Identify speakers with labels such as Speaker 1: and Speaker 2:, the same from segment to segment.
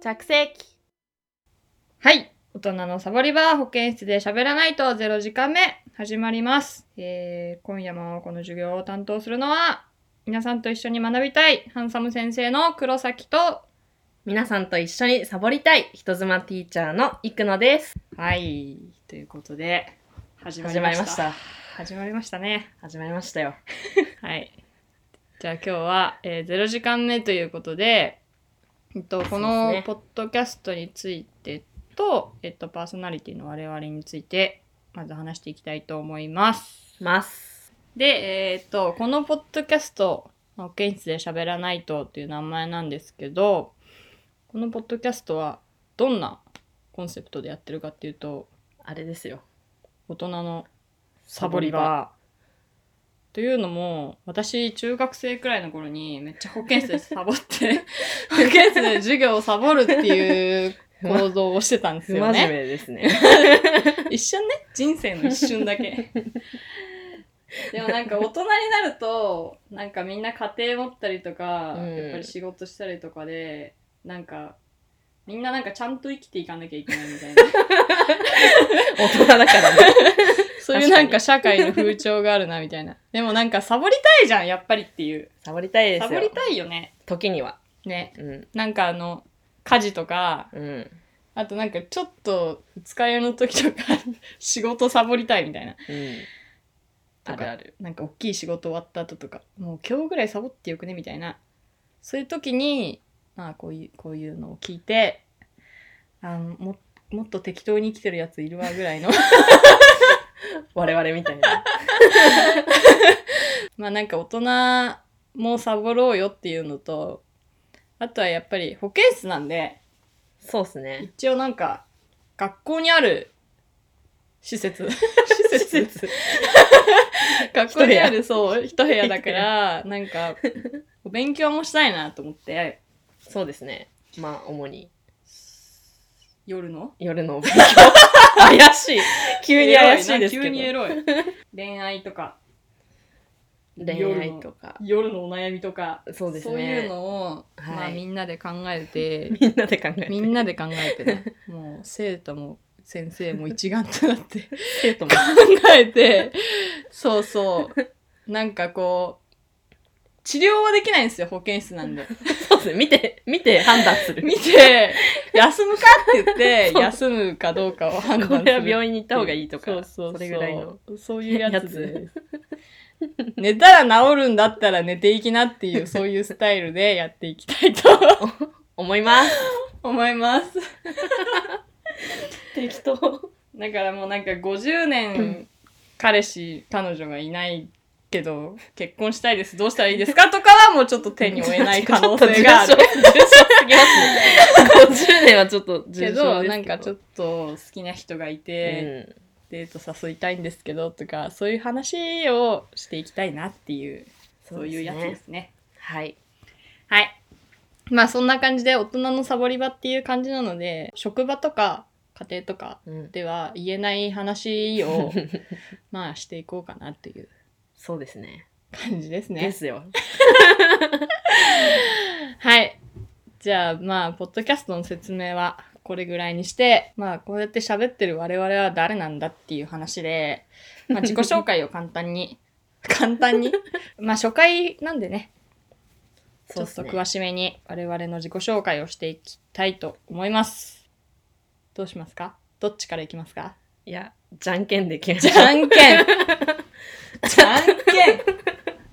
Speaker 1: 着席。はい。大人のサボりバー保健室で喋らないと0時間目始まります。えー、今夜もこの授業を担当するのは、皆さんと一緒に学びたい、ハンサム先生の黒崎と、
Speaker 2: 皆さんと一緒にサボりたい人妻ティーチャーの生野です
Speaker 1: はい。ということで、始ま
Speaker 2: 始
Speaker 1: り
Speaker 2: ま
Speaker 1: ま
Speaker 2: りまし
Speaker 1: した。
Speaker 2: た
Speaker 1: 始まりましたね。
Speaker 2: 始まりましたよ
Speaker 1: はい。じゃあ今日は、えー、0時間目ということで、えっと、こ
Speaker 2: そう
Speaker 1: の
Speaker 2: ですね
Speaker 1: ポッドキャストについてと、えっと、パーソナリティの我々について、まず話していきたいと思います。
Speaker 2: ます
Speaker 1: で、えーっと、このポッドキャスト、まあ保健室で喋らないとっていう名前なんですけど、このポッドキャストはどんなコンセプトでやってるかっていうと、
Speaker 2: あれですよ
Speaker 1: 大人のサボりバー。というのも私中学生くらいの頃にめっちゃ保健室でサボって 保健室で授業をサボるっていう行動をしてたんです
Speaker 2: 不
Speaker 1: よ
Speaker 2: 真面
Speaker 1: ね。
Speaker 2: 目ですね
Speaker 1: 一瞬ね人生の一瞬だけ。 でもなんか大人になるとなんかみんな家庭持ったりとか、
Speaker 2: うん
Speaker 1: やっぱり仕事したりとかでなんかみんななんかちゃんと生きていかなきゃいけないみたいな。
Speaker 2: 大人だからね
Speaker 1: そういうなんか社会の風潮があるなみたいな。でもなんかサボりたいじゃん、やっぱりっていう。
Speaker 2: サボりたいで
Speaker 1: サ
Speaker 2: す
Speaker 1: ボ
Speaker 2: よ
Speaker 1: りたいよね。
Speaker 2: 時には
Speaker 1: ね。
Speaker 2: うん
Speaker 1: なんかあの、家事とか、
Speaker 2: うん
Speaker 1: あとなんかちょっと使いの時とか、 仕事サボりたいみたいな。
Speaker 2: うん
Speaker 1: と
Speaker 2: あ
Speaker 1: か
Speaker 2: るある
Speaker 1: なんか大きい仕事終わった後とか、もう今日ぐらいサボってよくねみたいな。そういう時に、まあこういう、こういうのを聞いて、あのももっと適当に生きてるやついるわぐらいの。
Speaker 2: 我々みたいな
Speaker 1: まあなんか大人もサボろうよっていうのとあとはやっぱり保健室なんで
Speaker 2: そうっす ね
Speaker 1: 一応なんか学校にある施設施設 学校にあるそう一部屋だからなんかお勉強もしたいなと思って
Speaker 2: そうですねまあ主に
Speaker 1: 夜の
Speaker 2: 夜のお勉強怪しい急に怪しいですけ
Speaker 1: 急にエ
Speaker 2: ど
Speaker 1: ロい恋愛とか
Speaker 2: 恋愛とか
Speaker 1: 夜のお悩みとか
Speaker 2: そうですね
Speaker 1: いうのを、
Speaker 2: はい
Speaker 1: まあみんなで考えて
Speaker 2: みんなで考えて
Speaker 1: み んなで考えてねもう生徒も先生も一丸となって考
Speaker 2: 生徒も
Speaker 1: えてそうそうなんかこう治療はできないんですよ保健室なんで
Speaker 2: そうですね見て見て判断する
Speaker 1: 見て休むかって言って
Speaker 2: そう
Speaker 1: 休むかどうかを判断する
Speaker 2: これは病院に行った方がいいとか
Speaker 1: そうそうう
Speaker 2: れぐらいの
Speaker 1: そういうや
Speaker 2: や
Speaker 1: つ
Speaker 2: つ
Speaker 1: です 寝たら治るんだったら寝ていきなっていうそういうスタイルでやっていきたいと
Speaker 2: 思います
Speaker 1: 思います
Speaker 2: 適当
Speaker 1: だからもうなんか50年彼氏彼女がいないけど結婚したいですどうしたらいいですかとかはもうちょっと手に負えない可能性がある
Speaker 2: すぎますね50年はちょっと重症です
Speaker 1: け
Speaker 2: け
Speaker 1: ど
Speaker 2: ど
Speaker 1: なんかちょ
Speaker 2: っ
Speaker 1: っと好きな人がいて、デート誘いたいんですけどとかそういう話をしていきたいなっていうそういうやつですね
Speaker 2: はい
Speaker 1: はいまあそんな感じで大人のサボり場っていう感じなので職場とか家庭とかでは言えない話を まあしていこうかなっていう
Speaker 2: そうですね
Speaker 1: 感じです
Speaker 2: で
Speaker 1: ね。
Speaker 2: すよ
Speaker 1: はい。じゃあまあ、ポッドキャストの説明はこれぐらいにして、まあ、こうやって喋ってる我々は誰なんだっていう話で、まあ、自己紹介を簡単に、 簡単 に。まあ、初回なんでね、ちょっと詳
Speaker 2: しい
Speaker 1: しめに我々の自己紹介をしていきたいと思います。どうしますかどっちからいきますか
Speaker 2: いやじゃんけんで決め
Speaker 1: じ
Speaker 2: た
Speaker 1: ゃんけ んじゃんけん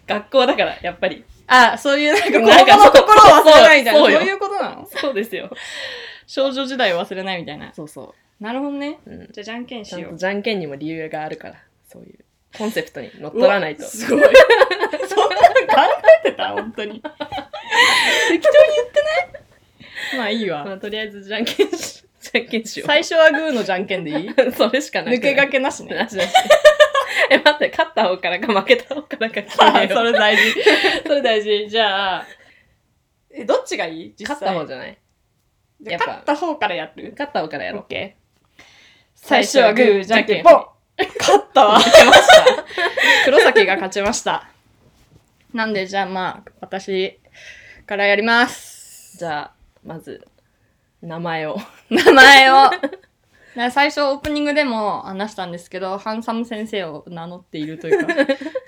Speaker 2: 学校だからやっぱり
Speaker 1: あ、そういうなんか
Speaker 2: なんか
Speaker 1: 子供の心を忘れないみたいな。
Speaker 2: そうそうよ
Speaker 1: そういうことなの
Speaker 2: そうですよ
Speaker 1: 少女時代を忘れないみたいな。
Speaker 2: そうそ
Speaker 1: なるほどね。
Speaker 2: う、うん、
Speaker 1: じゃあじゃんけん
Speaker 2: ち
Speaker 1: し
Speaker 2: ゃん
Speaker 1: よ
Speaker 2: と
Speaker 1: う。
Speaker 2: じゃんけんにも理由があるからそういうコンセプトに乗っ取らないと
Speaker 1: うわすごい。そんなの考えてた本当に。適当に言ってないまあいい
Speaker 2: ま
Speaker 1: わ。
Speaker 2: あとりあえずじゃんけんしじゃんけんしよう
Speaker 1: 最初はグーのじゃんけんで いい
Speaker 2: それしかない
Speaker 1: 抜けがけなしね。
Speaker 2: なしなし え待って勝った方からか負けた方からか決
Speaker 1: あ
Speaker 2: め
Speaker 1: そ
Speaker 2: よ
Speaker 1: れ大事。それ大事。じゃあ、え、どっちがいいう実際
Speaker 2: 勝った方じゃない
Speaker 1: じゃあ
Speaker 2: やっぱ
Speaker 1: 勝った方からやる。
Speaker 2: 勝った方からやろう
Speaker 1: ケー。最初はグー、じゃんけんぽん。勝ったわ。
Speaker 2: 負けました
Speaker 1: 黒崎が勝ちました。なんで、じゃあまあ、私からやります。
Speaker 2: じゃあまず名前を。
Speaker 1: 名前 をな最初オープニングでも話したんですけどハンサム先生を名乗っているというか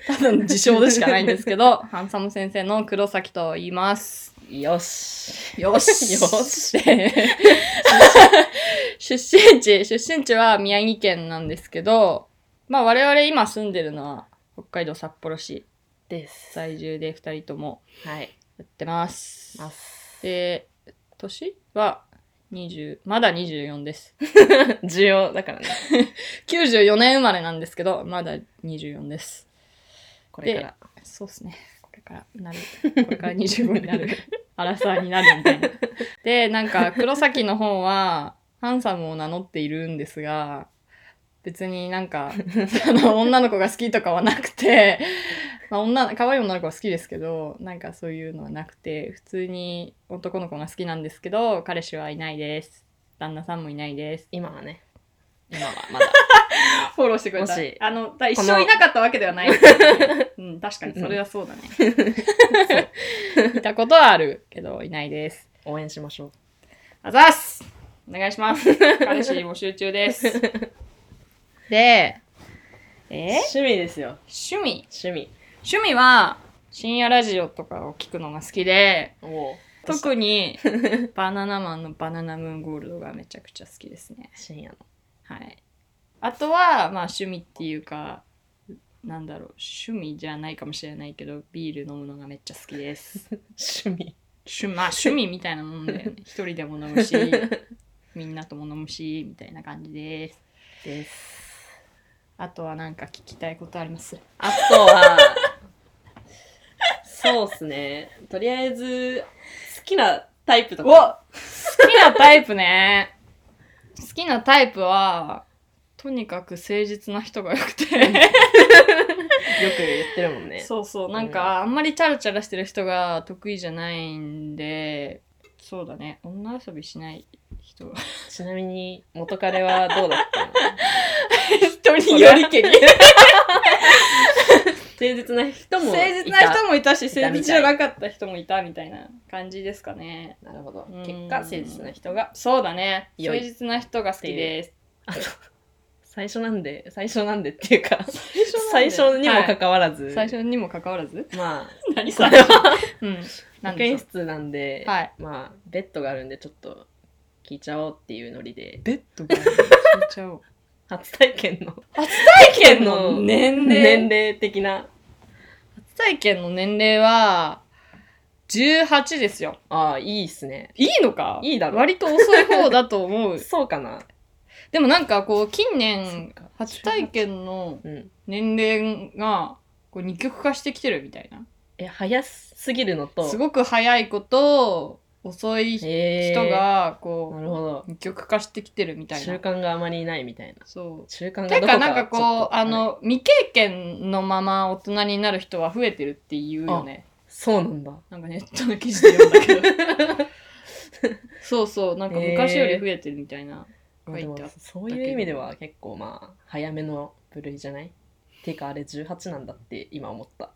Speaker 1: 多分自称でしかないんですけどハンサム先生の黒崎と言います
Speaker 2: よし。
Speaker 1: よし
Speaker 2: よ
Speaker 1: し 出身地出身地は宮城県なんですけどまあ我々今住んでるのは北海道札幌市
Speaker 2: です。
Speaker 1: 在住で2人とも
Speaker 2: はい。
Speaker 1: やってます
Speaker 2: ます。
Speaker 1: で年は20まだ24です
Speaker 2: 重要だからね。
Speaker 1: 94年生まれなんですけどまだ24です
Speaker 2: これから。
Speaker 1: そうっすねこれから なるこれから25になる アラサーになるみたいなでなんか黒崎の方はハンサムを名乗っているんですが別になんかあの女の子が好きとかはなくてまあ女可愛い女の子は好きですけどなんかそういうのはなくて普通に男の子が好きなんですけど彼氏はいないです旦那さんもいないです
Speaker 2: 今はね。今はまだ。
Speaker 1: フォローしてくれた。
Speaker 2: もし
Speaker 1: あの、だ一
Speaker 2: この
Speaker 1: 生いなかったわけではない。うん、確かに、それはそうだね。そういたことはあるけど、いないです。
Speaker 2: 応援しましょう。
Speaker 1: あざっすお願いします。彼氏募集中です。で、え
Speaker 2: 趣味ですよ。
Speaker 1: 趣味
Speaker 2: 趣味。
Speaker 1: 趣味は、深夜ラジオとかを聞くのが好きで、
Speaker 2: おお。
Speaker 1: 特に、バナナマンのバナナムーンゴールドがめちゃくちゃ好きですね。
Speaker 2: 深夜の。
Speaker 1: はい。あとは、まあ趣味っていうか、なんだろう、趣味じゃないかもしれないけど、ビール飲むのがめっちゃ好きです。
Speaker 2: 趣味。
Speaker 1: 趣まあ趣味みたいなもんだよね。一人でも飲むし、みんなとも飲むし、みたいな感じです。
Speaker 2: です。
Speaker 1: あとはなんか聞きたいことあります
Speaker 2: あとは、そうっすね。とりあえず、好きなタイプと
Speaker 1: お
Speaker 2: か。
Speaker 1: 好きなタイプね。好きなタイプは、とにかく誠実な人が良くて。
Speaker 2: よく言ってるもんね。
Speaker 1: そうそうなんかあんまりチャラチャラしてる人が得意じゃないんでそうだね女遊びしない人
Speaker 2: ちなみに、元彼はどうだった の
Speaker 1: 人
Speaker 2: によりけり誠実な人もい
Speaker 1: 誠
Speaker 2: た。
Speaker 1: 実な人もいたし
Speaker 2: いた
Speaker 1: 誠実じゃなかった人もいたみたいな感じですかね
Speaker 2: なるほど。
Speaker 1: うん
Speaker 2: 結果、誠実な人が。
Speaker 1: そうだね
Speaker 2: 良い
Speaker 1: 誠実な人が好きです
Speaker 2: あと、最初なんで、最初なんでっていうか、
Speaker 1: なん
Speaker 2: 最
Speaker 1: で
Speaker 2: 初にもかかわらず、
Speaker 1: 最初にもかかわらず
Speaker 2: まあ、
Speaker 1: 何
Speaker 2: こ
Speaker 1: さ
Speaker 2: れは
Speaker 1: うんなん
Speaker 2: 保
Speaker 1: でしょ
Speaker 2: 健
Speaker 1: う
Speaker 2: 室なんで、
Speaker 1: はい
Speaker 2: まあ、ベッドがあるんで、ちょっと聞いちゃおうっていうノリで、
Speaker 1: ベッドが聞いちゃ おう
Speaker 2: 初体験の
Speaker 1: 初体験の年齢
Speaker 2: 年齢的な。
Speaker 1: 初体験の年齢は18ですよ
Speaker 2: ああ、いいっすね。
Speaker 1: いいのか
Speaker 2: いいだろ
Speaker 1: 割と遅い方だと思う
Speaker 2: そうかな。
Speaker 1: でもなんかこう近
Speaker 2: そっ
Speaker 1: 年
Speaker 2: か
Speaker 1: 初体験の
Speaker 2: うん。
Speaker 1: 年齢がこう二極化してきてるみたいな
Speaker 2: え、早すぎるのと、
Speaker 1: すごく早い子と遅い人
Speaker 2: へー
Speaker 1: がこ
Speaker 2: なるほど
Speaker 1: う。二極化してきてるみたい
Speaker 2: 習
Speaker 1: な
Speaker 2: 慣があまりないみたいな。
Speaker 1: そ
Speaker 2: 習慣
Speaker 1: う
Speaker 2: が
Speaker 1: て
Speaker 2: どこ
Speaker 1: かなんか
Speaker 2: ちょ
Speaker 1: こ
Speaker 2: っ
Speaker 1: う
Speaker 2: と
Speaker 1: あの未経験のまま大人になる人は増えてるっていうよね
Speaker 2: そうなんだ。
Speaker 1: なんかネットの記事で読んだけど そうそうなんか昔より増えてるみたいな、
Speaker 2: まあでも
Speaker 1: 書いてあっ
Speaker 2: そういう意味では結構まあ早めの部類じゃないてかあれ18なんだって今思った。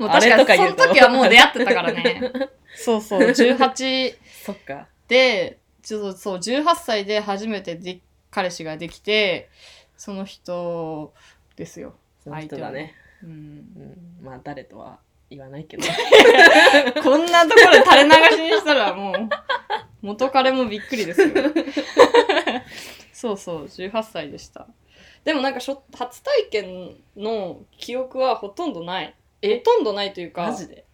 Speaker 1: もう
Speaker 2: あ
Speaker 1: 確か
Speaker 2: れと
Speaker 1: にそ
Speaker 2: か言う
Speaker 1: の
Speaker 2: と
Speaker 1: 時はもう出会ってたからね。 そうそう、18
Speaker 2: そっか。
Speaker 1: で、ちょっとそう、18歳で初めてで彼氏ができて、その人ですよ。
Speaker 2: その人だね。
Speaker 1: うん、
Speaker 2: うん、まあ誰とは言わないけど。
Speaker 1: こんなところで垂れ流しにしたらもう、元彼もびっくりですよ。 そうそう、18歳でした。でもなんかしょ初体験の記憶はほとんどない。ほ
Speaker 2: え
Speaker 1: とんどないという
Speaker 2: マ
Speaker 1: か、
Speaker 2: ジで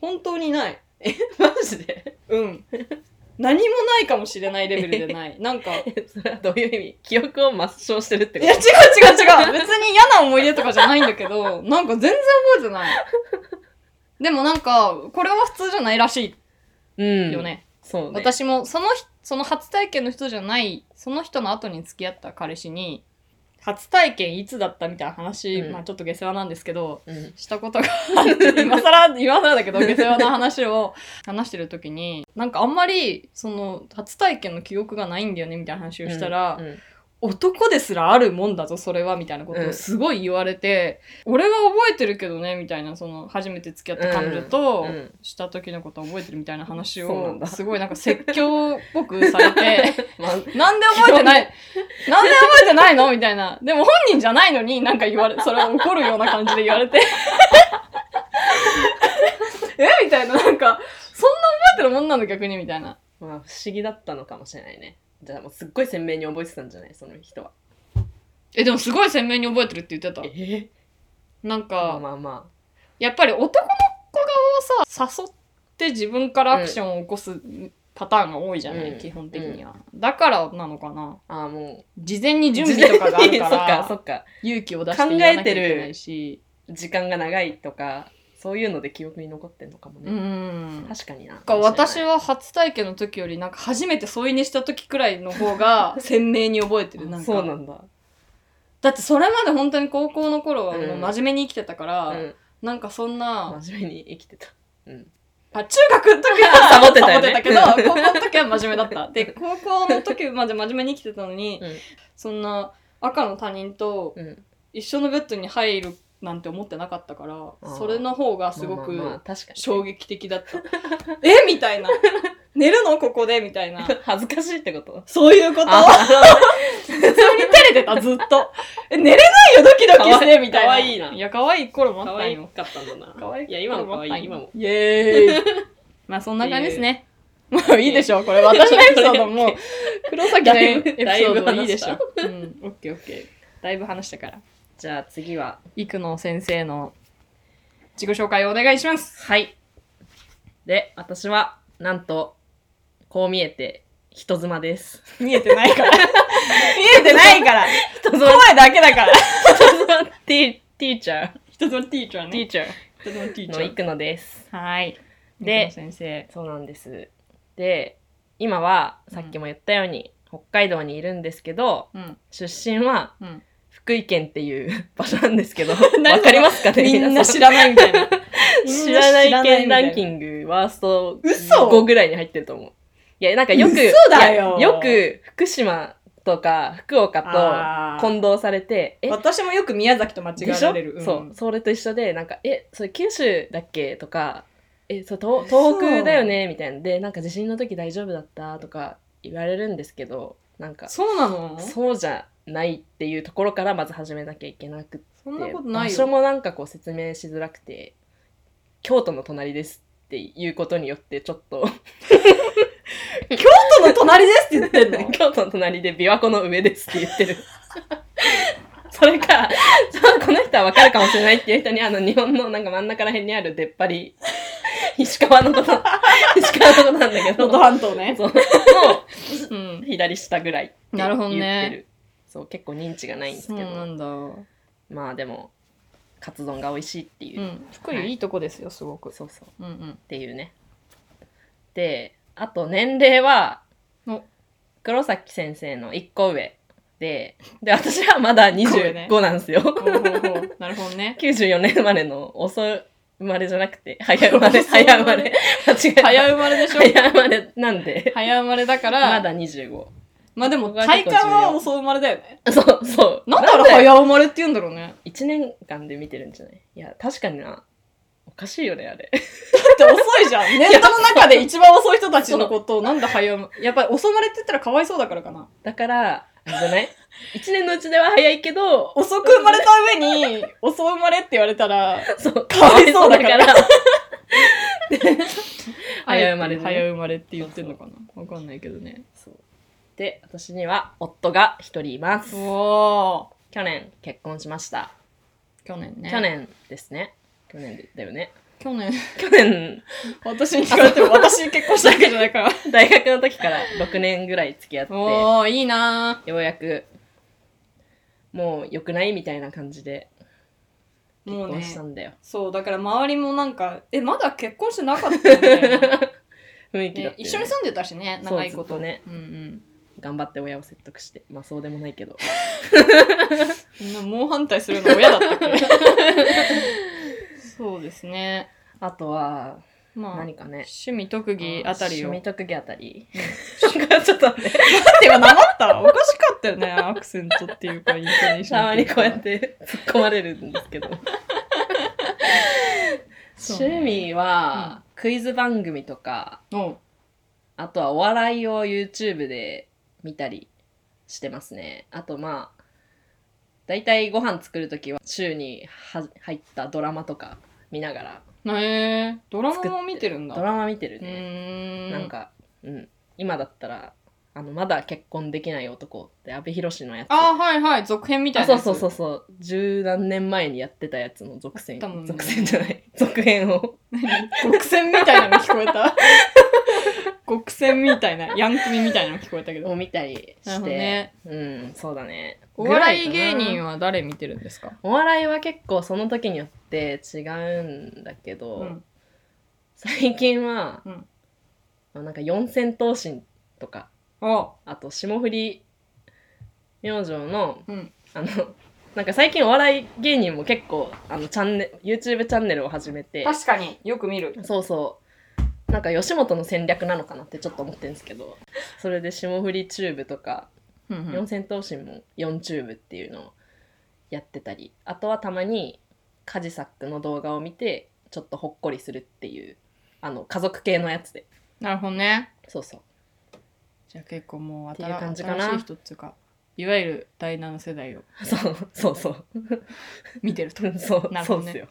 Speaker 1: 本当にない。
Speaker 2: マジで
Speaker 1: うん。何もないかもしれないレベルでない。なんか、い
Speaker 2: それはどういう意味 記憶を抹消してるってこ
Speaker 1: や、違う違う違
Speaker 2: と
Speaker 1: う。別に嫌な思い出とかじゃないんだけど、なんか全然覚えてない。でもなんか、これは普通じゃないらし
Speaker 2: うん。
Speaker 1: いよ。ね。
Speaker 2: そうね。
Speaker 1: 私も、その人、その初体験の人じゃない、その人の後に付き合った彼氏に、初体験いつだったみたいな話、
Speaker 2: うん
Speaker 1: まあちょっと下世話なんですけど、
Speaker 2: うん。
Speaker 1: したことがあって 今更今更だけど下世話な話を 話してる時になんかあんまりその初体験の記憶がないんだよねみたいな話をしたら、
Speaker 2: うんうん
Speaker 1: 男ですらあるもんだぞそれはみたいなこと
Speaker 2: う
Speaker 1: を
Speaker 2: ん
Speaker 1: すごい言われて、俺は覚えてるけどねみたいなその初めて付き合った彼女と
Speaker 2: うん
Speaker 1: した時のことは覚えてるみたいな話
Speaker 2: そうなん
Speaker 1: を
Speaker 2: だ
Speaker 1: すごいなんか説教っぽくされて
Speaker 2: まあ
Speaker 1: なんで覚えてないなんで覚えてないのみたいなでも本人じゃないのになんか言われそれを怒るような感じで言われて えみたいななんかそんな覚えてるもんなの逆にみたいな
Speaker 2: まあ不思議だったのかもしれないねじゃあもうすっごい鮮明に覚えてたんじゃないその人は
Speaker 1: えでもすごい鮮明に覚えてるって言ってた
Speaker 2: え
Speaker 1: なん
Speaker 2: まあ
Speaker 1: か、
Speaker 2: まあま
Speaker 1: やっぱり男の子側をさ誘って自分からアクションを起こすパターンが多いじゃない、
Speaker 2: うん
Speaker 1: 基本的には、だからなのかな
Speaker 2: あああも
Speaker 1: 事前に
Speaker 2: う
Speaker 1: 準備とかがあるか
Speaker 2: そっからそっか
Speaker 1: 勇気を出して言わなきゃいけないし
Speaker 2: 時間が長いとかそういうので記憶に残ってんのかも
Speaker 1: うんう
Speaker 2: ね、
Speaker 1: ん
Speaker 2: 確かにな
Speaker 1: なんか私
Speaker 2: は
Speaker 1: は初体験の時よりなんか初めて添い寝した時くらいの方 が鮮明に覚えてるなんか
Speaker 2: そうなんだ、
Speaker 1: だってそれまで本当に高校の頃はもう真面目に生きてたから、
Speaker 2: うん、
Speaker 1: なんかそんな、
Speaker 2: 真面目に生きてた、うん、
Speaker 1: あ中学の時は
Speaker 2: サボってたよね
Speaker 1: けど 高校の時は真面目だったで高校の時まで真面目に生きてたのに、
Speaker 2: うん
Speaker 1: そんな赤の他人と
Speaker 2: うん
Speaker 1: 一緒のベッドに入るなんて思ってなかったから
Speaker 2: あー
Speaker 1: それの方がすご
Speaker 2: まあまあまあ
Speaker 1: く
Speaker 2: 確かに
Speaker 1: 衝撃的だ ったえみたいな寝るのここでみたいな
Speaker 2: 恥ずかしいってこと
Speaker 1: そういうこと
Speaker 2: あ
Speaker 1: 普通に照れてたずっとえ寝れないよドキドキしてみたいな
Speaker 2: かわいいない
Speaker 1: や可愛い頃もあ
Speaker 2: 可
Speaker 1: ったん
Speaker 2: 愛
Speaker 1: よ
Speaker 2: かったんだな
Speaker 1: 可愛い
Speaker 2: いや今も可愛い今も
Speaker 1: イエーイ まあそんな感じですねもういいでしょうこれ私のエピソード もう黒崎のエピソードいいでしょ
Speaker 2: だい
Speaker 1: う
Speaker 2: う
Speaker 1: んオッケーオッケーだいぶ話したから
Speaker 2: じゃあ次は
Speaker 1: 生野先生の自己紹介をお願いします
Speaker 2: はい。で、私は、なんと、こう見えて、人妻です。
Speaker 1: 見えてない から見えてないから
Speaker 2: 人
Speaker 1: 声だけだから
Speaker 2: 妻 ティティーチャー。
Speaker 1: 人のティーチャー
Speaker 2: ティーチャ
Speaker 1: 人のティ
Speaker 2: ーの行くのです。
Speaker 1: はい
Speaker 2: で
Speaker 1: で先生
Speaker 2: そうなんです。で、今は、さっきも言ったように、北海道にいるんですけど、
Speaker 1: うん
Speaker 2: 出身は
Speaker 1: うん
Speaker 2: 福井県っていう場所 なんですけど、わ
Speaker 1: 何
Speaker 2: かりますかね
Speaker 1: みんな
Speaker 2: 皆さ
Speaker 1: 知らない みたいな
Speaker 2: 知らない県ランキ
Speaker 1: グ
Speaker 2: ング、ワースト
Speaker 1: 嘘
Speaker 2: 5ぐらいに入ってると思う。いや、なんかよく、
Speaker 1: 嘘だよ
Speaker 2: いやよく福島とか福岡と、混同されて、え、
Speaker 1: 私もよく宮崎と間違
Speaker 2: で
Speaker 1: わ
Speaker 2: しょ
Speaker 1: れる。ん
Speaker 2: そう、それと一緒で、なんか、え、それ九州だっけとか、え、それ東東北だよねみたいな。で、なんか地震の時大丈夫だったとか言われるんですけど、なんか、
Speaker 1: そうなの
Speaker 2: そうじゃないっていうところからまず始めなきゃいけなくて、
Speaker 1: そんなことない
Speaker 2: 場所
Speaker 1: よ。
Speaker 2: もなんかこう説明しづらくて、京都の隣ですっていうことによって、ちょっと、
Speaker 1: 京都の隣ですって言ってん
Speaker 2: 京都の隣で琵琶湖の上ですって言ってる。 それか、 そうこの人はわかるかもしれないっていう人に、あの、日本のなんか真ん中ら辺にある出っ張り、石川 のこと、石川のことなんだけど、
Speaker 1: 能登半島ね。
Speaker 2: そう
Speaker 1: うん。
Speaker 2: 左下ぐらいって言
Speaker 1: なるほ
Speaker 2: っ
Speaker 1: ど
Speaker 2: てる。
Speaker 1: ね
Speaker 2: そう、結構認知がないんです
Speaker 1: そう
Speaker 2: けど、
Speaker 1: なんだ。
Speaker 2: まあでも、カツ丼が美味しいっていうう。
Speaker 1: ん。福井いいとこですよ、すごく。
Speaker 2: そうそう。
Speaker 1: うんうん
Speaker 2: っ。ていうね。で、あと年齢は
Speaker 1: お、
Speaker 2: 黒崎先生の1個上で、で、私はまだ
Speaker 1: 1個
Speaker 2: 25なんですよ。
Speaker 1: ほ うほうほうなるほどね。
Speaker 2: 94年生まれの遅い生まれじゃなくて、早生まれ、
Speaker 1: 遅い
Speaker 2: 早
Speaker 1: 生
Speaker 2: 生
Speaker 1: ま
Speaker 2: ま
Speaker 1: れ
Speaker 2: れ。間違えた
Speaker 1: 早生まれでしょ
Speaker 2: 早生まれなんで、
Speaker 1: 早生まれだから、
Speaker 2: まだ25。
Speaker 1: まあでも
Speaker 2: ここが
Speaker 1: 体
Speaker 2: 結構重要
Speaker 1: 感は遅生まれだよね。
Speaker 2: そう、そう。
Speaker 1: なんだろう早生まれって言うんだろうね。
Speaker 2: 1年間で見てるんじゃないいや、確かにな。おかしいよね、あれ。
Speaker 1: だって遅 いじゃん。ネットの中で一番遅い人たちのことをなんで早生まれ。やっぱり遅生まれって言ったらかわいそうだからかな。
Speaker 2: だから、あれじゃ ない ?1 年のうちでは早いけど、
Speaker 1: 遅く生まれた上に、 遅生まれって言われたら、
Speaker 2: そう、
Speaker 1: かわいそうだから
Speaker 2: ら。早生まれね
Speaker 1: 早生まれって言ってんのかなわかんないけどね。
Speaker 2: そうで私には夫が一人います
Speaker 1: おー。
Speaker 2: 去年結婚しました、
Speaker 1: 去年ね。
Speaker 2: 去。年ですね去年だよね
Speaker 1: 去 年。
Speaker 2: 去年
Speaker 1: 私に聞かれても私結婚したわけじゃ ないから。
Speaker 2: 大学の時から6年ぐらい付き合ってよ
Speaker 1: おー、いいな
Speaker 2: うやくもう良くないみたいな感じで
Speaker 1: ー。
Speaker 2: 結
Speaker 1: もう
Speaker 2: 婚
Speaker 1: ね。
Speaker 2: したんだよ、
Speaker 1: そう、だから周りもなんか、え、まだ結婚してなかったよみ たいな、
Speaker 2: 雰囲気だっ
Speaker 1: ね
Speaker 2: たよね
Speaker 1: 一緒に住んでたしね、長いこ
Speaker 2: そうずっ
Speaker 1: と。
Speaker 2: とね
Speaker 1: うんうん。
Speaker 2: 頑張って親を説得してまあそうでもないけど
Speaker 1: みんな猛反対す るの親だったっけそうですね。
Speaker 2: あとは
Speaker 1: まあ、
Speaker 2: 何かね。
Speaker 1: 趣味特技あたりを。
Speaker 2: 趣味特技あたり。
Speaker 1: なんかちょっと待って、今黙った。おかしかったよ ね、アクセントっていうか、イントネーション。
Speaker 2: たまにこうやっ。て突っ込まれるんですけど。
Speaker 1: そうね
Speaker 2: 趣味は、クイズ番組とか、
Speaker 1: お
Speaker 2: あとはお笑いを YouTube で見たりしてますね。あとまあ、だいたいご飯作るときは週には入ったドラマとか見ながら、
Speaker 1: うへえドラマも見てるんだ。
Speaker 2: ドラマ見てる
Speaker 1: う
Speaker 2: ね。
Speaker 1: ーん。
Speaker 2: なん。か、うん、今だったら、あの、まだ結婚できない男って阿部寛のやつ。
Speaker 1: あーはいはい、続編みたいな
Speaker 2: そう
Speaker 1: やつ。
Speaker 2: そうそう
Speaker 1: そ
Speaker 2: そう。十何年前にやってたやつの続編。
Speaker 1: あったもんね
Speaker 2: 続編じゃない。 続編を。
Speaker 1: う。 極戦みたいなの聞こえ た。極戦みたいな、ヤンクミみたいなの聞こえたけど。
Speaker 2: を見たり
Speaker 1: なる
Speaker 2: し
Speaker 1: ほ
Speaker 2: て。
Speaker 1: どね
Speaker 2: うん、そうだね。
Speaker 1: お笑い
Speaker 2: ぐら
Speaker 1: 芸
Speaker 2: かな
Speaker 1: 人は誰見てるんですか
Speaker 2: お笑いは結構その時によって違うんだけど、
Speaker 1: うん。
Speaker 2: 最近は、
Speaker 1: うん
Speaker 2: なんか四千頭身とか
Speaker 1: あ、
Speaker 2: あと霜降り明星の
Speaker 1: うん。
Speaker 2: あのなんか最近お笑い芸人も結構あのチャンネル YouTube チャンネルを始めて
Speaker 1: 確かによく見る。
Speaker 2: そうそうなんか吉本の戦略なのかなってちょっと思ってるんですけどそれで霜降りチューブとか
Speaker 1: うんう
Speaker 2: 四
Speaker 1: ん、
Speaker 2: 千頭身も4チューブっていうのをやってたりあとはたまにカジサックの動画を見てちょっとほっこりするっていうあの家族系のやつで
Speaker 1: なるほどね。
Speaker 2: そうそう
Speaker 1: じゃあ結構もう
Speaker 2: って
Speaker 1: 新
Speaker 2: いう感じかな
Speaker 1: 新しい人っていうか、いわゆる第7世代を
Speaker 2: そうそうそう
Speaker 1: 見てると。
Speaker 2: そう
Speaker 1: なる
Speaker 2: そ
Speaker 1: ほど
Speaker 2: うっ
Speaker 1: ね
Speaker 2: すよ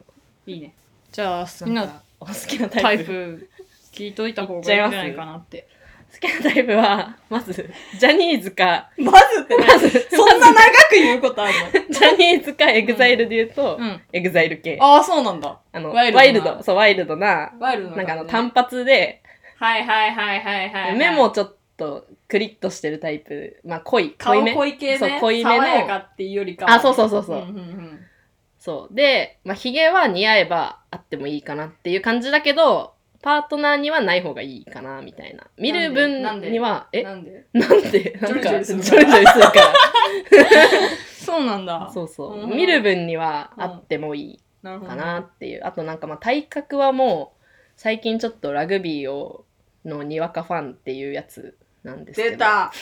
Speaker 1: じゃあいいね。じゃあ好き
Speaker 2: な
Speaker 1: なん
Speaker 2: かお好きなタ
Speaker 1: タ
Speaker 2: イ
Speaker 1: イ
Speaker 2: プ
Speaker 1: プ聞いといた方がいいんじゃないかなって。
Speaker 2: 好きなタイプはまずジャニーズか
Speaker 1: まずって
Speaker 2: まず
Speaker 1: 長
Speaker 2: ま
Speaker 1: く言うことある
Speaker 2: ずジャニーズかエグザイルで言うと、
Speaker 1: のうん。
Speaker 2: エグザイル系あ
Speaker 1: ああ、そうなんだ。
Speaker 2: の
Speaker 1: ワ
Speaker 2: ワ
Speaker 1: イ
Speaker 2: イ
Speaker 1: ルドな
Speaker 2: ルドそうワイルドな
Speaker 1: ワイルド
Speaker 2: なんかあの
Speaker 1: 感
Speaker 2: 単発で
Speaker 1: はいはいはいはいはいはい。
Speaker 2: 目もちょっとクリッとしてるタイプまあ濃い濃い
Speaker 1: 顔
Speaker 2: め
Speaker 1: 濃い系ね。
Speaker 2: そう濃いめの
Speaker 1: 爽やかっていうよりか
Speaker 2: あそうそうそうそう、
Speaker 1: んんん
Speaker 2: そうでまあひげは似合えばあってもいいかなっていう感じだけどパートナーにはない方がいいかなみたいな見る分
Speaker 1: なんで
Speaker 2: にはえ
Speaker 1: なんで
Speaker 2: なんでなん
Speaker 1: ジョ
Speaker 2: か
Speaker 1: リジョリ
Speaker 2: ジ
Speaker 1: す
Speaker 2: ョ
Speaker 1: る
Speaker 2: リジョリするから
Speaker 1: そうなんだ。
Speaker 2: そうそう、
Speaker 1: うん
Speaker 2: 見る分にはあってもい
Speaker 1: なる
Speaker 2: い
Speaker 1: ほど。
Speaker 2: かなっていう、あとなんかまあ体格はもう最近ちょっとラグビーをのにわかファンっていうやつなんですけど
Speaker 1: 出た。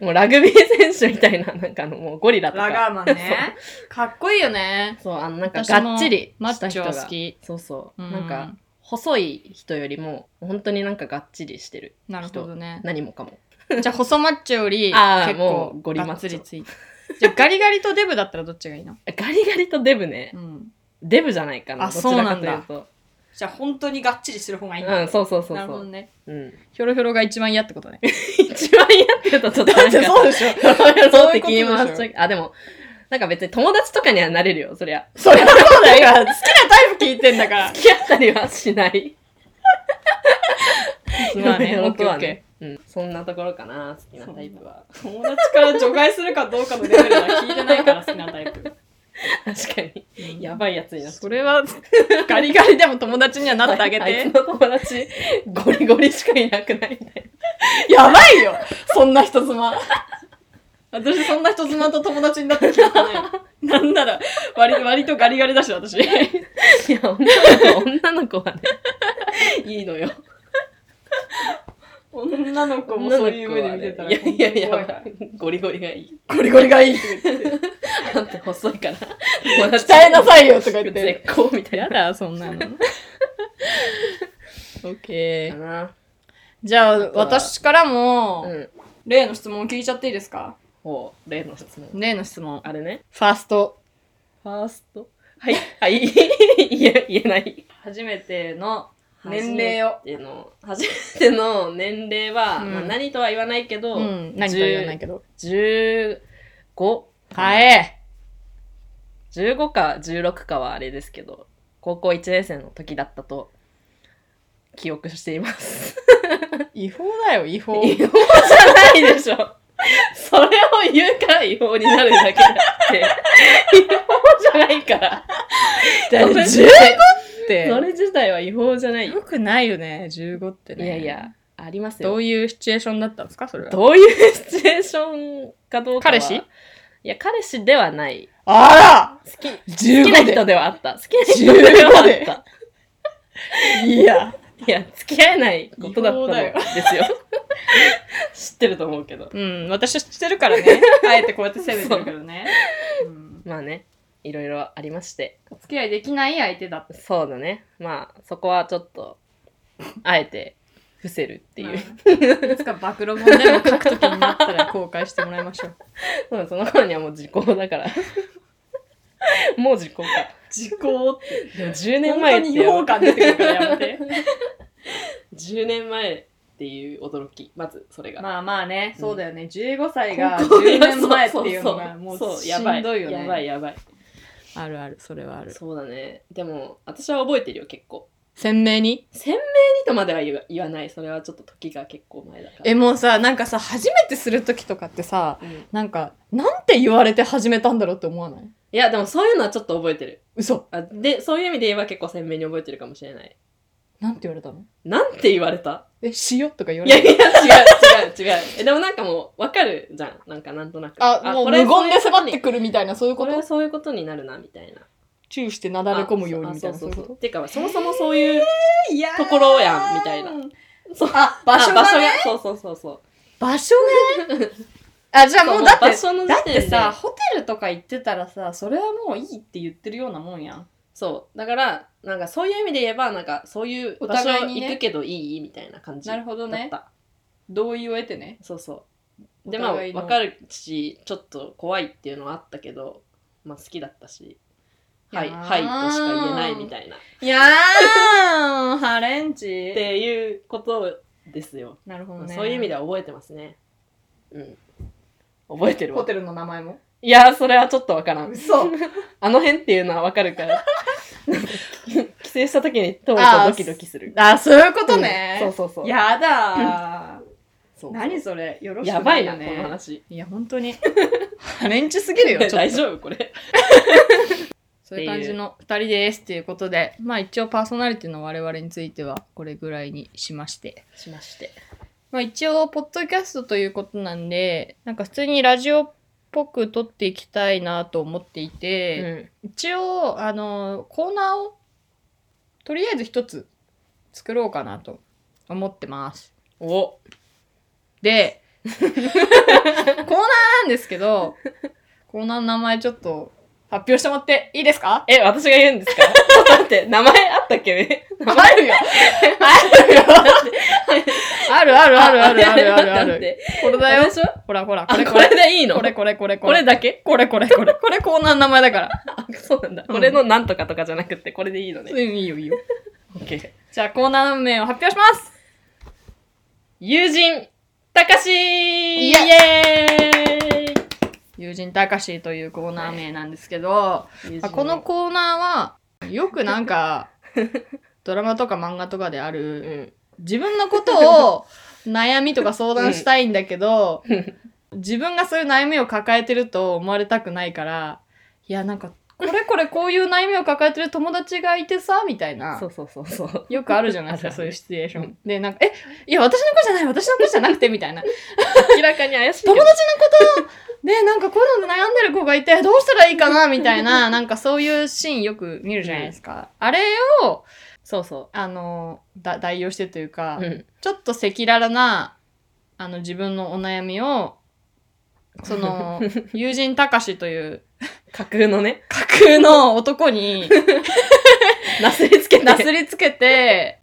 Speaker 2: もうラグビー選手みたいななんかあのもうゴリラとか
Speaker 1: ラガーマン ね。かっこいいよね。
Speaker 2: そう、あの、なんか、
Speaker 1: 私も
Speaker 2: がっちり
Speaker 1: マ
Speaker 2: した
Speaker 1: ッチ
Speaker 2: 人
Speaker 1: ョ
Speaker 2: が
Speaker 1: は好き。
Speaker 2: そうそう。
Speaker 1: うん
Speaker 2: なんか、細い人よりも、本当になんかがっちりしてる。
Speaker 1: なるほどね。
Speaker 2: 何もかも。
Speaker 1: じゃあ細マッチョより
Speaker 2: あー
Speaker 1: 結
Speaker 2: も
Speaker 1: 構
Speaker 2: うゴリマ
Speaker 1: が
Speaker 2: ッ
Speaker 1: っ
Speaker 2: チョ
Speaker 1: つりついて。じゃあガリガリとデブだったらどっちがいいの？
Speaker 2: ガリガリとデブね
Speaker 1: う。ん。
Speaker 2: デブじゃないかな。
Speaker 1: あ
Speaker 2: どちらかというと。
Speaker 1: じゃあ本当にがっちりしてる方がいいんだ。
Speaker 2: うん、そうそうそうそ
Speaker 1: なるほど
Speaker 2: う。
Speaker 1: ね。
Speaker 2: うん。
Speaker 1: ヒョロヒョロが一番嫌ってことね。
Speaker 2: 一番やってるとちょっとなんか、
Speaker 1: でしょ。
Speaker 2: そうって気に回っ
Speaker 1: そう
Speaker 2: ち
Speaker 1: い
Speaker 2: ゃう。あ、でも、なんか別に友達とかにはなれるよ、そりゃ。
Speaker 1: そりゃそうだよ。好きなタイプ聞いてんだから。
Speaker 2: 付き合ったりはしない。
Speaker 1: まあ ね、オッ
Speaker 2: 僕
Speaker 1: ケーオ
Speaker 2: は
Speaker 1: ッケ
Speaker 2: ね。うん。そんなところかな、好きなタイプは。
Speaker 1: ー。友達から除外するかどうかのレベルは聞いてないから好きなタイプ。
Speaker 2: 確かに。やばいやつになっちゃう
Speaker 1: それはガリガリでも友達にはなって あげ
Speaker 2: あい
Speaker 1: て
Speaker 2: つ。の友達、ゴリゴリしかいなくないみたい
Speaker 1: やばいよそんな人妻。私そんな人妻と友達になって聞いて ない。なんなら割割とガリガリだし私。
Speaker 2: な。いや、女の子、女の子はね、いいのよ。
Speaker 1: 女の子も
Speaker 2: 女
Speaker 1: そ
Speaker 2: の子は
Speaker 1: ういう目で見てたら、
Speaker 2: ねいやいやい
Speaker 1: 怖いか
Speaker 2: や
Speaker 1: ら、
Speaker 2: ゴリゴリがいい。
Speaker 1: ゴリゴリがいいって言って。
Speaker 2: あんた細いから、 友達
Speaker 1: 鍛えなさいよとか言って。
Speaker 2: 絶好みたいな。
Speaker 1: だ、そんなの。オッケ
Speaker 2: か
Speaker 1: ー。
Speaker 2: な。
Speaker 1: じゃあ、
Speaker 2: とは
Speaker 1: 私からも、
Speaker 2: うん。
Speaker 1: 例の質問聞いちゃっていいですか
Speaker 2: ほう、例の質問。
Speaker 1: 例の質問。
Speaker 2: あれね。
Speaker 1: ファースト。
Speaker 2: ファースト。はい、はい、 言え、言えない。
Speaker 1: 初めての年齢を。
Speaker 2: 初めての、初めての年齢は、
Speaker 1: うん
Speaker 2: まあ何とは言わないけど、
Speaker 1: うん、何とは言わないけど。
Speaker 2: 15。
Speaker 1: はえ
Speaker 2: 15か16かはあれですけど高校1年生の時だったと記憶しています
Speaker 1: 違法だよ、違 法。
Speaker 2: 違法じゃないでしょそれを言うから違法になるだけ だって違法じゃないから
Speaker 1: だって
Speaker 2: それ
Speaker 1: 15って
Speaker 2: それ自体は違法じゃないよ
Speaker 1: よくないよね、15ってね。
Speaker 2: いやいや。ありますよ
Speaker 1: どういうシチュエーションだったんですか、それは。
Speaker 2: どういうシチュエーションかどうかは
Speaker 1: 彼氏
Speaker 2: いや彼氏ではない
Speaker 1: あら
Speaker 2: 好き好
Speaker 1: 15
Speaker 2: きな人ではあった好きな人
Speaker 1: 15
Speaker 2: ではあっ
Speaker 1: で
Speaker 2: た
Speaker 1: いや。
Speaker 2: いや、付き合えないことだったん
Speaker 1: 違法
Speaker 2: ですよ。 知ってると思うけど。
Speaker 1: うん、私はしてるから ね。あえてこうやって攻めてるけどね。うん
Speaker 2: まあね、いろいろありまして。
Speaker 1: お付き合いできない相手だっ
Speaker 2: そうだね。まあ、そこはちょっと、あえて、伏せるって
Speaker 1: て
Speaker 2: い。
Speaker 1: いう う。いつか暴露本でも書くときになったら公開してもらいましょう。
Speaker 2: うん、その頃にはもう時効だ から。もう時効か。
Speaker 1: 時効って。
Speaker 2: でも10年
Speaker 1: 本
Speaker 2: 前
Speaker 1: 当
Speaker 2: っ
Speaker 1: に
Speaker 2: て
Speaker 1: 違法感出てくるからやめて。
Speaker 2: 10年前っていう驚き。まず、それが。
Speaker 1: まあまあね、
Speaker 2: うん
Speaker 1: そうだよね。15歳が
Speaker 2: 高校
Speaker 1: 10年前っていうのがもう
Speaker 2: そそそ
Speaker 1: しんどいよ
Speaker 2: やばい
Speaker 1: ね。
Speaker 2: やばい
Speaker 1: あるある、それはある。
Speaker 2: そうだねでも私は覚えてるよ結構
Speaker 1: 鮮明に
Speaker 2: 鮮明にとまでは言わ言わないそれはちょっと時が結構前だから
Speaker 1: え、もうさ、なんかさ、初めてするときとかってさ、
Speaker 2: うんい
Speaker 1: なんか、なんて言われて始めたんだろうって思わない
Speaker 2: やでもそういうのはちょっと覚えてる
Speaker 1: 嘘。
Speaker 2: あでそういう意味で言えば結構鮮明に覚えてるかもしれない
Speaker 1: なんて言われたの
Speaker 2: なんて言われた
Speaker 1: え、しよとか言わ
Speaker 2: い
Speaker 1: れ
Speaker 2: や
Speaker 1: た
Speaker 2: いや違う違う違 うえでもなんかもうわかるじゃんなんかなんとなく
Speaker 1: あ、もう
Speaker 2: こ
Speaker 1: 無
Speaker 2: れ
Speaker 1: 言で迫っ
Speaker 2: そうい
Speaker 1: て
Speaker 2: うことに
Speaker 1: くるみたいな、そういうこ
Speaker 2: これ
Speaker 1: と
Speaker 2: そういうことになるなみたいな
Speaker 1: チューしてなだれ込むようにみたいな、
Speaker 2: あそ
Speaker 1: そうい
Speaker 2: う
Speaker 1: う
Speaker 2: そ
Speaker 1: こ
Speaker 2: うそう
Speaker 1: と
Speaker 2: てかそもそもそういう
Speaker 1: いや
Speaker 2: ところやんみたいなそう
Speaker 1: あ、場所
Speaker 2: あ
Speaker 1: が
Speaker 2: 場所
Speaker 1: ね。
Speaker 2: がそうそうそうそう
Speaker 1: 場所があ、じゃあもうだって
Speaker 2: 場、所の時
Speaker 1: だっ
Speaker 2: 点で
Speaker 1: てさ、ホテルとか行ってたらさ、それはもういいって言ってるようなもんやん。
Speaker 2: そうだからなんかそういう意味で言えばなんかそういう
Speaker 1: お
Speaker 2: お
Speaker 1: 互
Speaker 2: 互
Speaker 1: い
Speaker 2: い
Speaker 1: に
Speaker 2: に
Speaker 1: ね
Speaker 2: 行くけどいいみたいな感じだ
Speaker 1: な
Speaker 2: っ
Speaker 1: るほど
Speaker 2: た、
Speaker 1: ね。同意を得てね。
Speaker 2: そうそう
Speaker 1: お
Speaker 2: でまあ
Speaker 1: 互い
Speaker 2: 分
Speaker 1: の
Speaker 2: かるしちょっと怖いっていうのはあったけどまあ好きだったしはい
Speaker 1: いやー
Speaker 2: はいとしか言えないみたいなっ
Speaker 1: いやーん、ハレンチ。
Speaker 2: ていうことですよ、
Speaker 1: なるほどね。
Speaker 2: そういう意味で
Speaker 1: だ。
Speaker 2: は覚えてますねうん覚えてる
Speaker 1: ホ
Speaker 2: わ
Speaker 1: テルの名前も。
Speaker 2: いやーそれはちょっと分からん
Speaker 1: 嘘。
Speaker 2: あの辺っていうのはわか るから。帰省した時に当時はドキドキする。
Speaker 1: あ、そういうこと
Speaker 2: うん
Speaker 1: ね。
Speaker 2: そうそうそう。
Speaker 1: やだー。
Speaker 2: そうそう
Speaker 1: 何それ。よろしく
Speaker 2: やばいな、
Speaker 1: よね
Speaker 2: この話。
Speaker 1: いや、本当に。ハレンチすぎるよ、ちょっと。
Speaker 2: 大丈夫これ。
Speaker 1: そういう感じの2人ですっていうことで、まあ一応パーソナリティの我々についてはこれぐらいにしまして。
Speaker 2: しまして。
Speaker 1: まあ一応、ポッドキャストということなんで、なんか普通にラジオっぽく撮っていきたいなと思っていて、一応あのコーナーをとりあえず一つ作ろうかなと思ってます。
Speaker 2: お
Speaker 1: でコーナーなんですけどコーナーの名前ちょっと発表してもらっていいですか
Speaker 2: え、私が言う んですかちょっと待って、名前あったっけ名前
Speaker 1: あるよあるよあるあるあるあるあるあるあ
Speaker 2: 待って待っ
Speaker 1: る
Speaker 2: て
Speaker 1: これだ
Speaker 2: あれ
Speaker 1: よ
Speaker 2: でしょ
Speaker 1: ほらほらこ
Speaker 2: あ
Speaker 1: れ
Speaker 2: こ
Speaker 1: これ
Speaker 2: れでいいの
Speaker 1: これこれこれ
Speaker 2: これだけ
Speaker 1: これこれこれこれコーナーの名前だから
Speaker 2: あそうなんだ。
Speaker 1: うん
Speaker 2: これのなんとかとかじゃなくて、これ でいいの
Speaker 1: う
Speaker 2: ね
Speaker 1: ん。いいよいいよ
Speaker 2: オッケー。
Speaker 1: じゃあコーナー名を発表します
Speaker 2: 友人、たかしイ
Speaker 1: エ
Speaker 2: エーイ
Speaker 1: 友人たかしというコーナー名なんですけど、
Speaker 2: 友人
Speaker 1: あこのコーナーはよくなん かドラマとか漫画とかであ
Speaker 2: う
Speaker 1: る
Speaker 2: ん。
Speaker 1: 自分のこと を悩みとか相談したいんだけど、自分がそういう悩みを抱えてると思われたくないからいやなんかこれこれこういう悩みを抱えてる友達がいてさみたいな
Speaker 2: そうそうそうそう。
Speaker 1: よくあるじゃないですか
Speaker 2: あるある
Speaker 1: そういうシチュエーショ
Speaker 2: う
Speaker 1: ン。でなんか「えいや私の子じゃない私の子じゃなくて」みたいな
Speaker 2: 明らかに怪しいけど
Speaker 1: 友達のことでなんかこういうので悩んでる子がいてどうしたらいいかなみたい ななんかそういうシーンよく見るじゃないですか、あれを
Speaker 2: そうそ
Speaker 1: あのだ代用してというか、
Speaker 2: う。うん。
Speaker 1: ちょっと赤裸々なあの自分のお悩みをそ の友人たかしという
Speaker 2: 架空のね、
Speaker 1: 架空の男 に
Speaker 2: なすりつけて。
Speaker 1: なすりつけて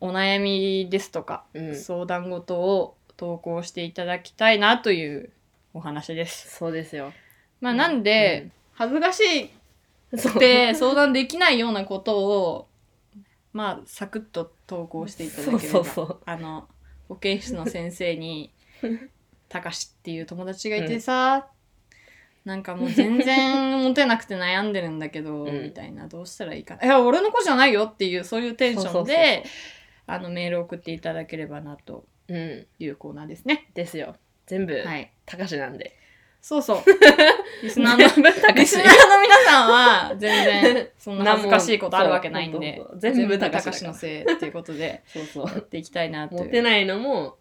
Speaker 1: お悩みですとか、
Speaker 2: うん。
Speaker 1: 相談事を投稿していただきたいなというお話です。
Speaker 2: そうですよ。
Speaker 1: まあ、なんで、
Speaker 2: うん
Speaker 1: 恥ずかしい
Speaker 2: そ
Speaker 1: っ
Speaker 2: う。
Speaker 1: て相談できないようなことをまあサクッと投稿していただければ
Speaker 2: そうそう そう
Speaker 1: あの保健室の先生に「たかしっていう友達がいてさ、なんかもう全然モテなくて悩んでるんだけど、
Speaker 2: うん
Speaker 1: みたいなどうしたらいいかな「いや俺の子じゃないよ」っていうそういうテンションであのメールを送っていただければなと
Speaker 2: うん。
Speaker 1: いうコーナーですね。
Speaker 2: ですよ。全部、
Speaker 1: はい
Speaker 2: たかしなんで。
Speaker 1: そうそうリスナーの
Speaker 2: 全部た
Speaker 1: リ
Speaker 2: か
Speaker 1: ス
Speaker 2: し
Speaker 1: ナー。の皆さんは全然そんな恥ずかしいことあるわけないん
Speaker 2: 何
Speaker 1: で
Speaker 2: もそうそうそう全
Speaker 1: 全
Speaker 2: 部
Speaker 1: 部
Speaker 2: 高
Speaker 1: 高
Speaker 2: 橋
Speaker 1: 橋のせいっていうことで
Speaker 2: そうそ
Speaker 1: や
Speaker 2: う。
Speaker 1: っていきたいなと
Speaker 2: モ
Speaker 1: い
Speaker 2: テ
Speaker 1: う
Speaker 2: ないのも、も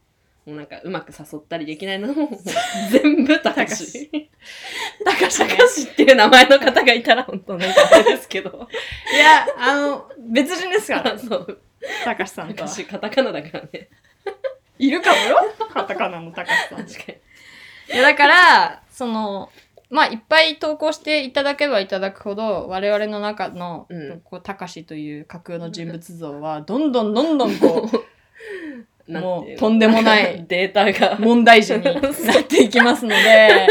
Speaker 2: うなんかうまく誘ったりできないのももう 全部たか
Speaker 1: 高
Speaker 2: し
Speaker 1: し。
Speaker 2: たかしっていう名前の方がいたら本当なんかあれですけど。
Speaker 1: いや、あの、別人です から、
Speaker 2: そう。
Speaker 1: たかしさ
Speaker 2: た
Speaker 1: んと
Speaker 2: か
Speaker 1: は。
Speaker 2: し、カタカナだからね。
Speaker 1: いるかもよ。カタカナのたかしさん。
Speaker 2: 確かに。
Speaker 1: いやだから、その、まあ、いっぱい投稿していただけばいただくほど、我々の中の
Speaker 2: うん、
Speaker 1: こう、たかしという架空の人物像は、どんどんどんどんこう、
Speaker 2: なんていうの
Speaker 1: もう、とんでもない
Speaker 2: データが。
Speaker 1: 問題児になっていきますの で、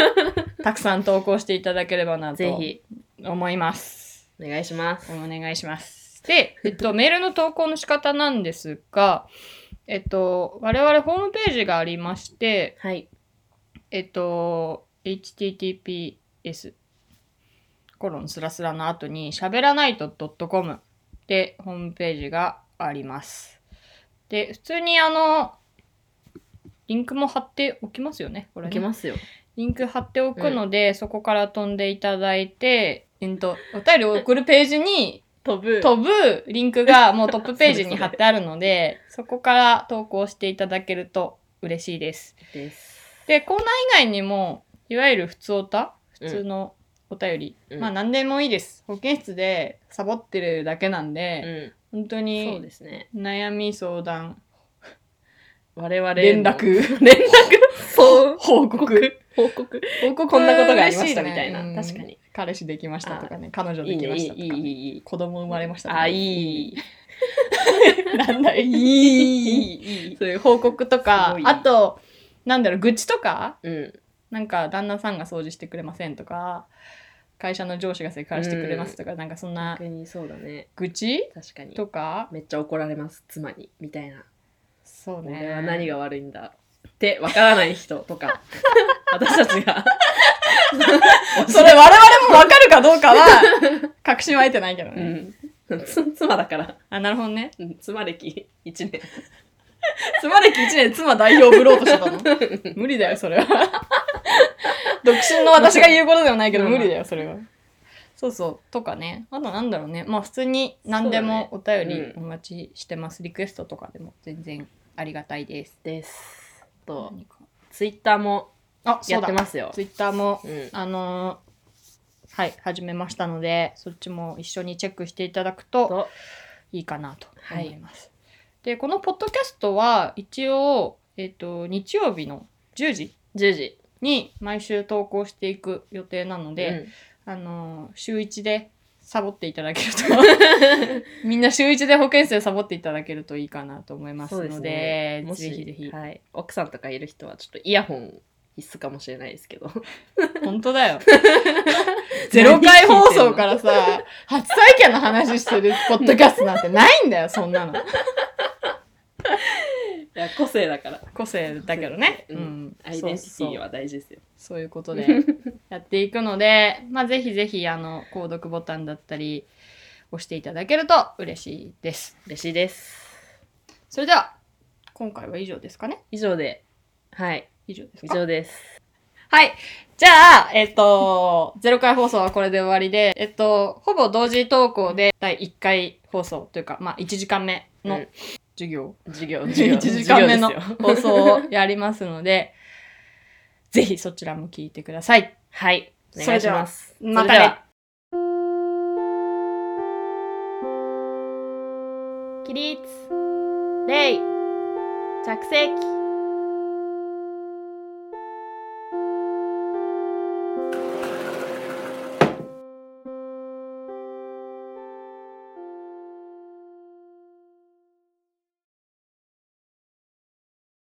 Speaker 1: たくさん投稿していただければな
Speaker 2: ぜ
Speaker 1: と
Speaker 2: ひ、
Speaker 1: 思います。
Speaker 2: お願いします。
Speaker 1: お願いします。で、 えっと、メールの投稿の仕方なんですが、えっと、我々ホームページがありまして、
Speaker 2: はい。
Speaker 1: えっと、https コロンスラスラの後に、しゃべらないと .com でホームページがあります。で、普通にあの、リンクも貼っておきますよね、これ、
Speaker 2: い
Speaker 1: ね。
Speaker 2: けますよ。
Speaker 1: リンク貼っておくので、そこから飛んでいただいて、えっと、お便りを送るページに
Speaker 2: 飛ぶ。
Speaker 1: 飛ぶリンクがもうトップページに貼ってあるの で、そこから投稿していただけると嬉しいです。
Speaker 2: です。
Speaker 1: でコーナー以外にもいわゆる普通おた
Speaker 2: うん
Speaker 1: 普通のお便り、
Speaker 2: うん
Speaker 1: まあ何でもいいです保健室でサボってるだけなん
Speaker 2: う
Speaker 1: で、
Speaker 2: ん。
Speaker 1: 本当
Speaker 2: そう
Speaker 1: に
Speaker 2: ですね。
Speaker 1: 悩み相談
Speaker 2: 我々の
Speaker 1: 連。絡
Speaker 2: 連絡そう。
Speaker 1: 報告
Speaker 2: 報告。
Speaker 1: 報告
Speaker 2: こんなことがありましたみたい
Speaker 1: 嬉しね
Speaker 2: な。確か
Speaker 1: うん
Speaker 2: に。
Speaker 1: 彼氏できましたとかね彼女
Speaker 2: い
Speaker 1: で
Speaker 2: い
Speaker 1: き
Speaker 2: ね、
Speaker 1: ま
Speaker 2: い
Speaker 1: し
Speaker 2: い
Speaker 1: たと、か
Speaker 2: いい、いい、いい。
Speaker 1: 子供生まれましたとか
Speaker 2: あ、いい。
Speaker 1: なんだい
Speaker 2: い
Speaker 1: い
Speaker 2: い、いい。
Speaker 1: そういう報告と
Speaker 2: す
Speaker 1: か
Speaker 2: ごい
Speaker 1: あとなんだろう愚痴とか
Speaker 2: うん。
Speaker 1: なんか旦那さんが掃除してくれませんとか会社の上司がセクハラしてくれますとか、なんかそんな
Speaker 2: 逆にそうだね。
Speaker 1: 愚痴
Speaker 2: 確かに。
Speaker 1: とか
Speaker 2: めっちゃ怒られます、妻に。みたいな。
Speaker 1: そうね
Speaker 2: 俺は何が悪いんだ。って、わからない人とか。 私たちが。
Speaker 1: それ我々も分かるかどうか は確信は得てないけど
Speaker 2: う
Speaker 1: ね、
Speaker 2: ん。つ妻だから。
Speaker 1: あなるほどね
Speaker 2: うん妻歴1年。
Speaker 1: 妻歴1年妻代表ぶろうとしてたの 無理だよそれは独身の私が言うことではないけど
Speaker 2: まあま
Speaker 1: 無
Speaker 2: あ
Speaker 1: 理だよそれはそうそうとかねあとなんだろうねまあ普通に何でもお便
Speaker 2: そうだ
Speaker 1: り
Speaker 2: ね
Speaker 1: お待ちしてます、リクエストとかでも全然ありがたいです
Speaker 2: です。と、
Speaker 1: 何か
Speaker 2: ツイッターも
Speaker 1: あそ
Speaker 2: や
Speaker 1: う
Speaker 2: って
Speaker 1: だ
Speaker 2: ますよ。
Speaker 1: ツイッターも
Speaker 2: うん。
Speaker 1: あのーはい始めましたのでそっちも一緒にチェックしていただくと
Speaker 2: と、
Speaker 1: いいかなと思います。でこのポッドキャストは一応、えっと日曜日の10時
Speaker 2: 10時。
Speaker 1: に毎週投稿していく予定なので、あのー週1でサボっていただ けるとみんな週1で保健室でサボっていただけるといいかなと思いますので
Speaker 2: もし
Speaker 1: ぜひぜひ、
Speaker 2: はい、奥さんとかいる人はちょっとイヤホン必須かもしれないですけど
Speaker 1: 本当 だよゼロ回放送からさ初体験の話してるポッドキャストなんてないんだよそんなの
Speaker 2: いや個性だから
Speaker 1: 個性だけどね、
Speaker 2: うんアイデンティティは大事ですよ
Speaker 1: そういうことでやっていくので、まあ、ぜひぜひあの購読ボタンだったり押していただけると嬉しいです。
Speaker 2: 嬉しいです
Speaker 1: それでは今回は以上ですかね
Speaker 2: 以上ではい
Speaker 1: 以上です
Speaker 2: 以
Speaker 1: か
Speaker 2: 上です
Speaker 1: はい。じゃあ、えっと、0回放送はこれで終わりで、えっと、ほぼ同時投稿で第1回放送というか、まあ1時間目
Speaker 2: う
Speaker 1: の
Speaker 2: ん
Speaker 1: 授業、
Speaker 2: 授業
Speaker 1: 1時間目の
Speaker 2: 授業ですよ
Speaker 1: 放送をやりますので、ぜひそちらも聞いてください。
Speaker 2: はいお
Speaker 1: そ
Speaker 2: 願
Speaker 1: れ
Speaker 2: いし
Speaker 1: では
Speaker 2: ます
Speaker 1: ま
Speaker 2: そ
Speaker 1: た
Speaker 2: れで
Speaker 1: ね
Speaker 2: は。
Speaker 1: 起立礼着席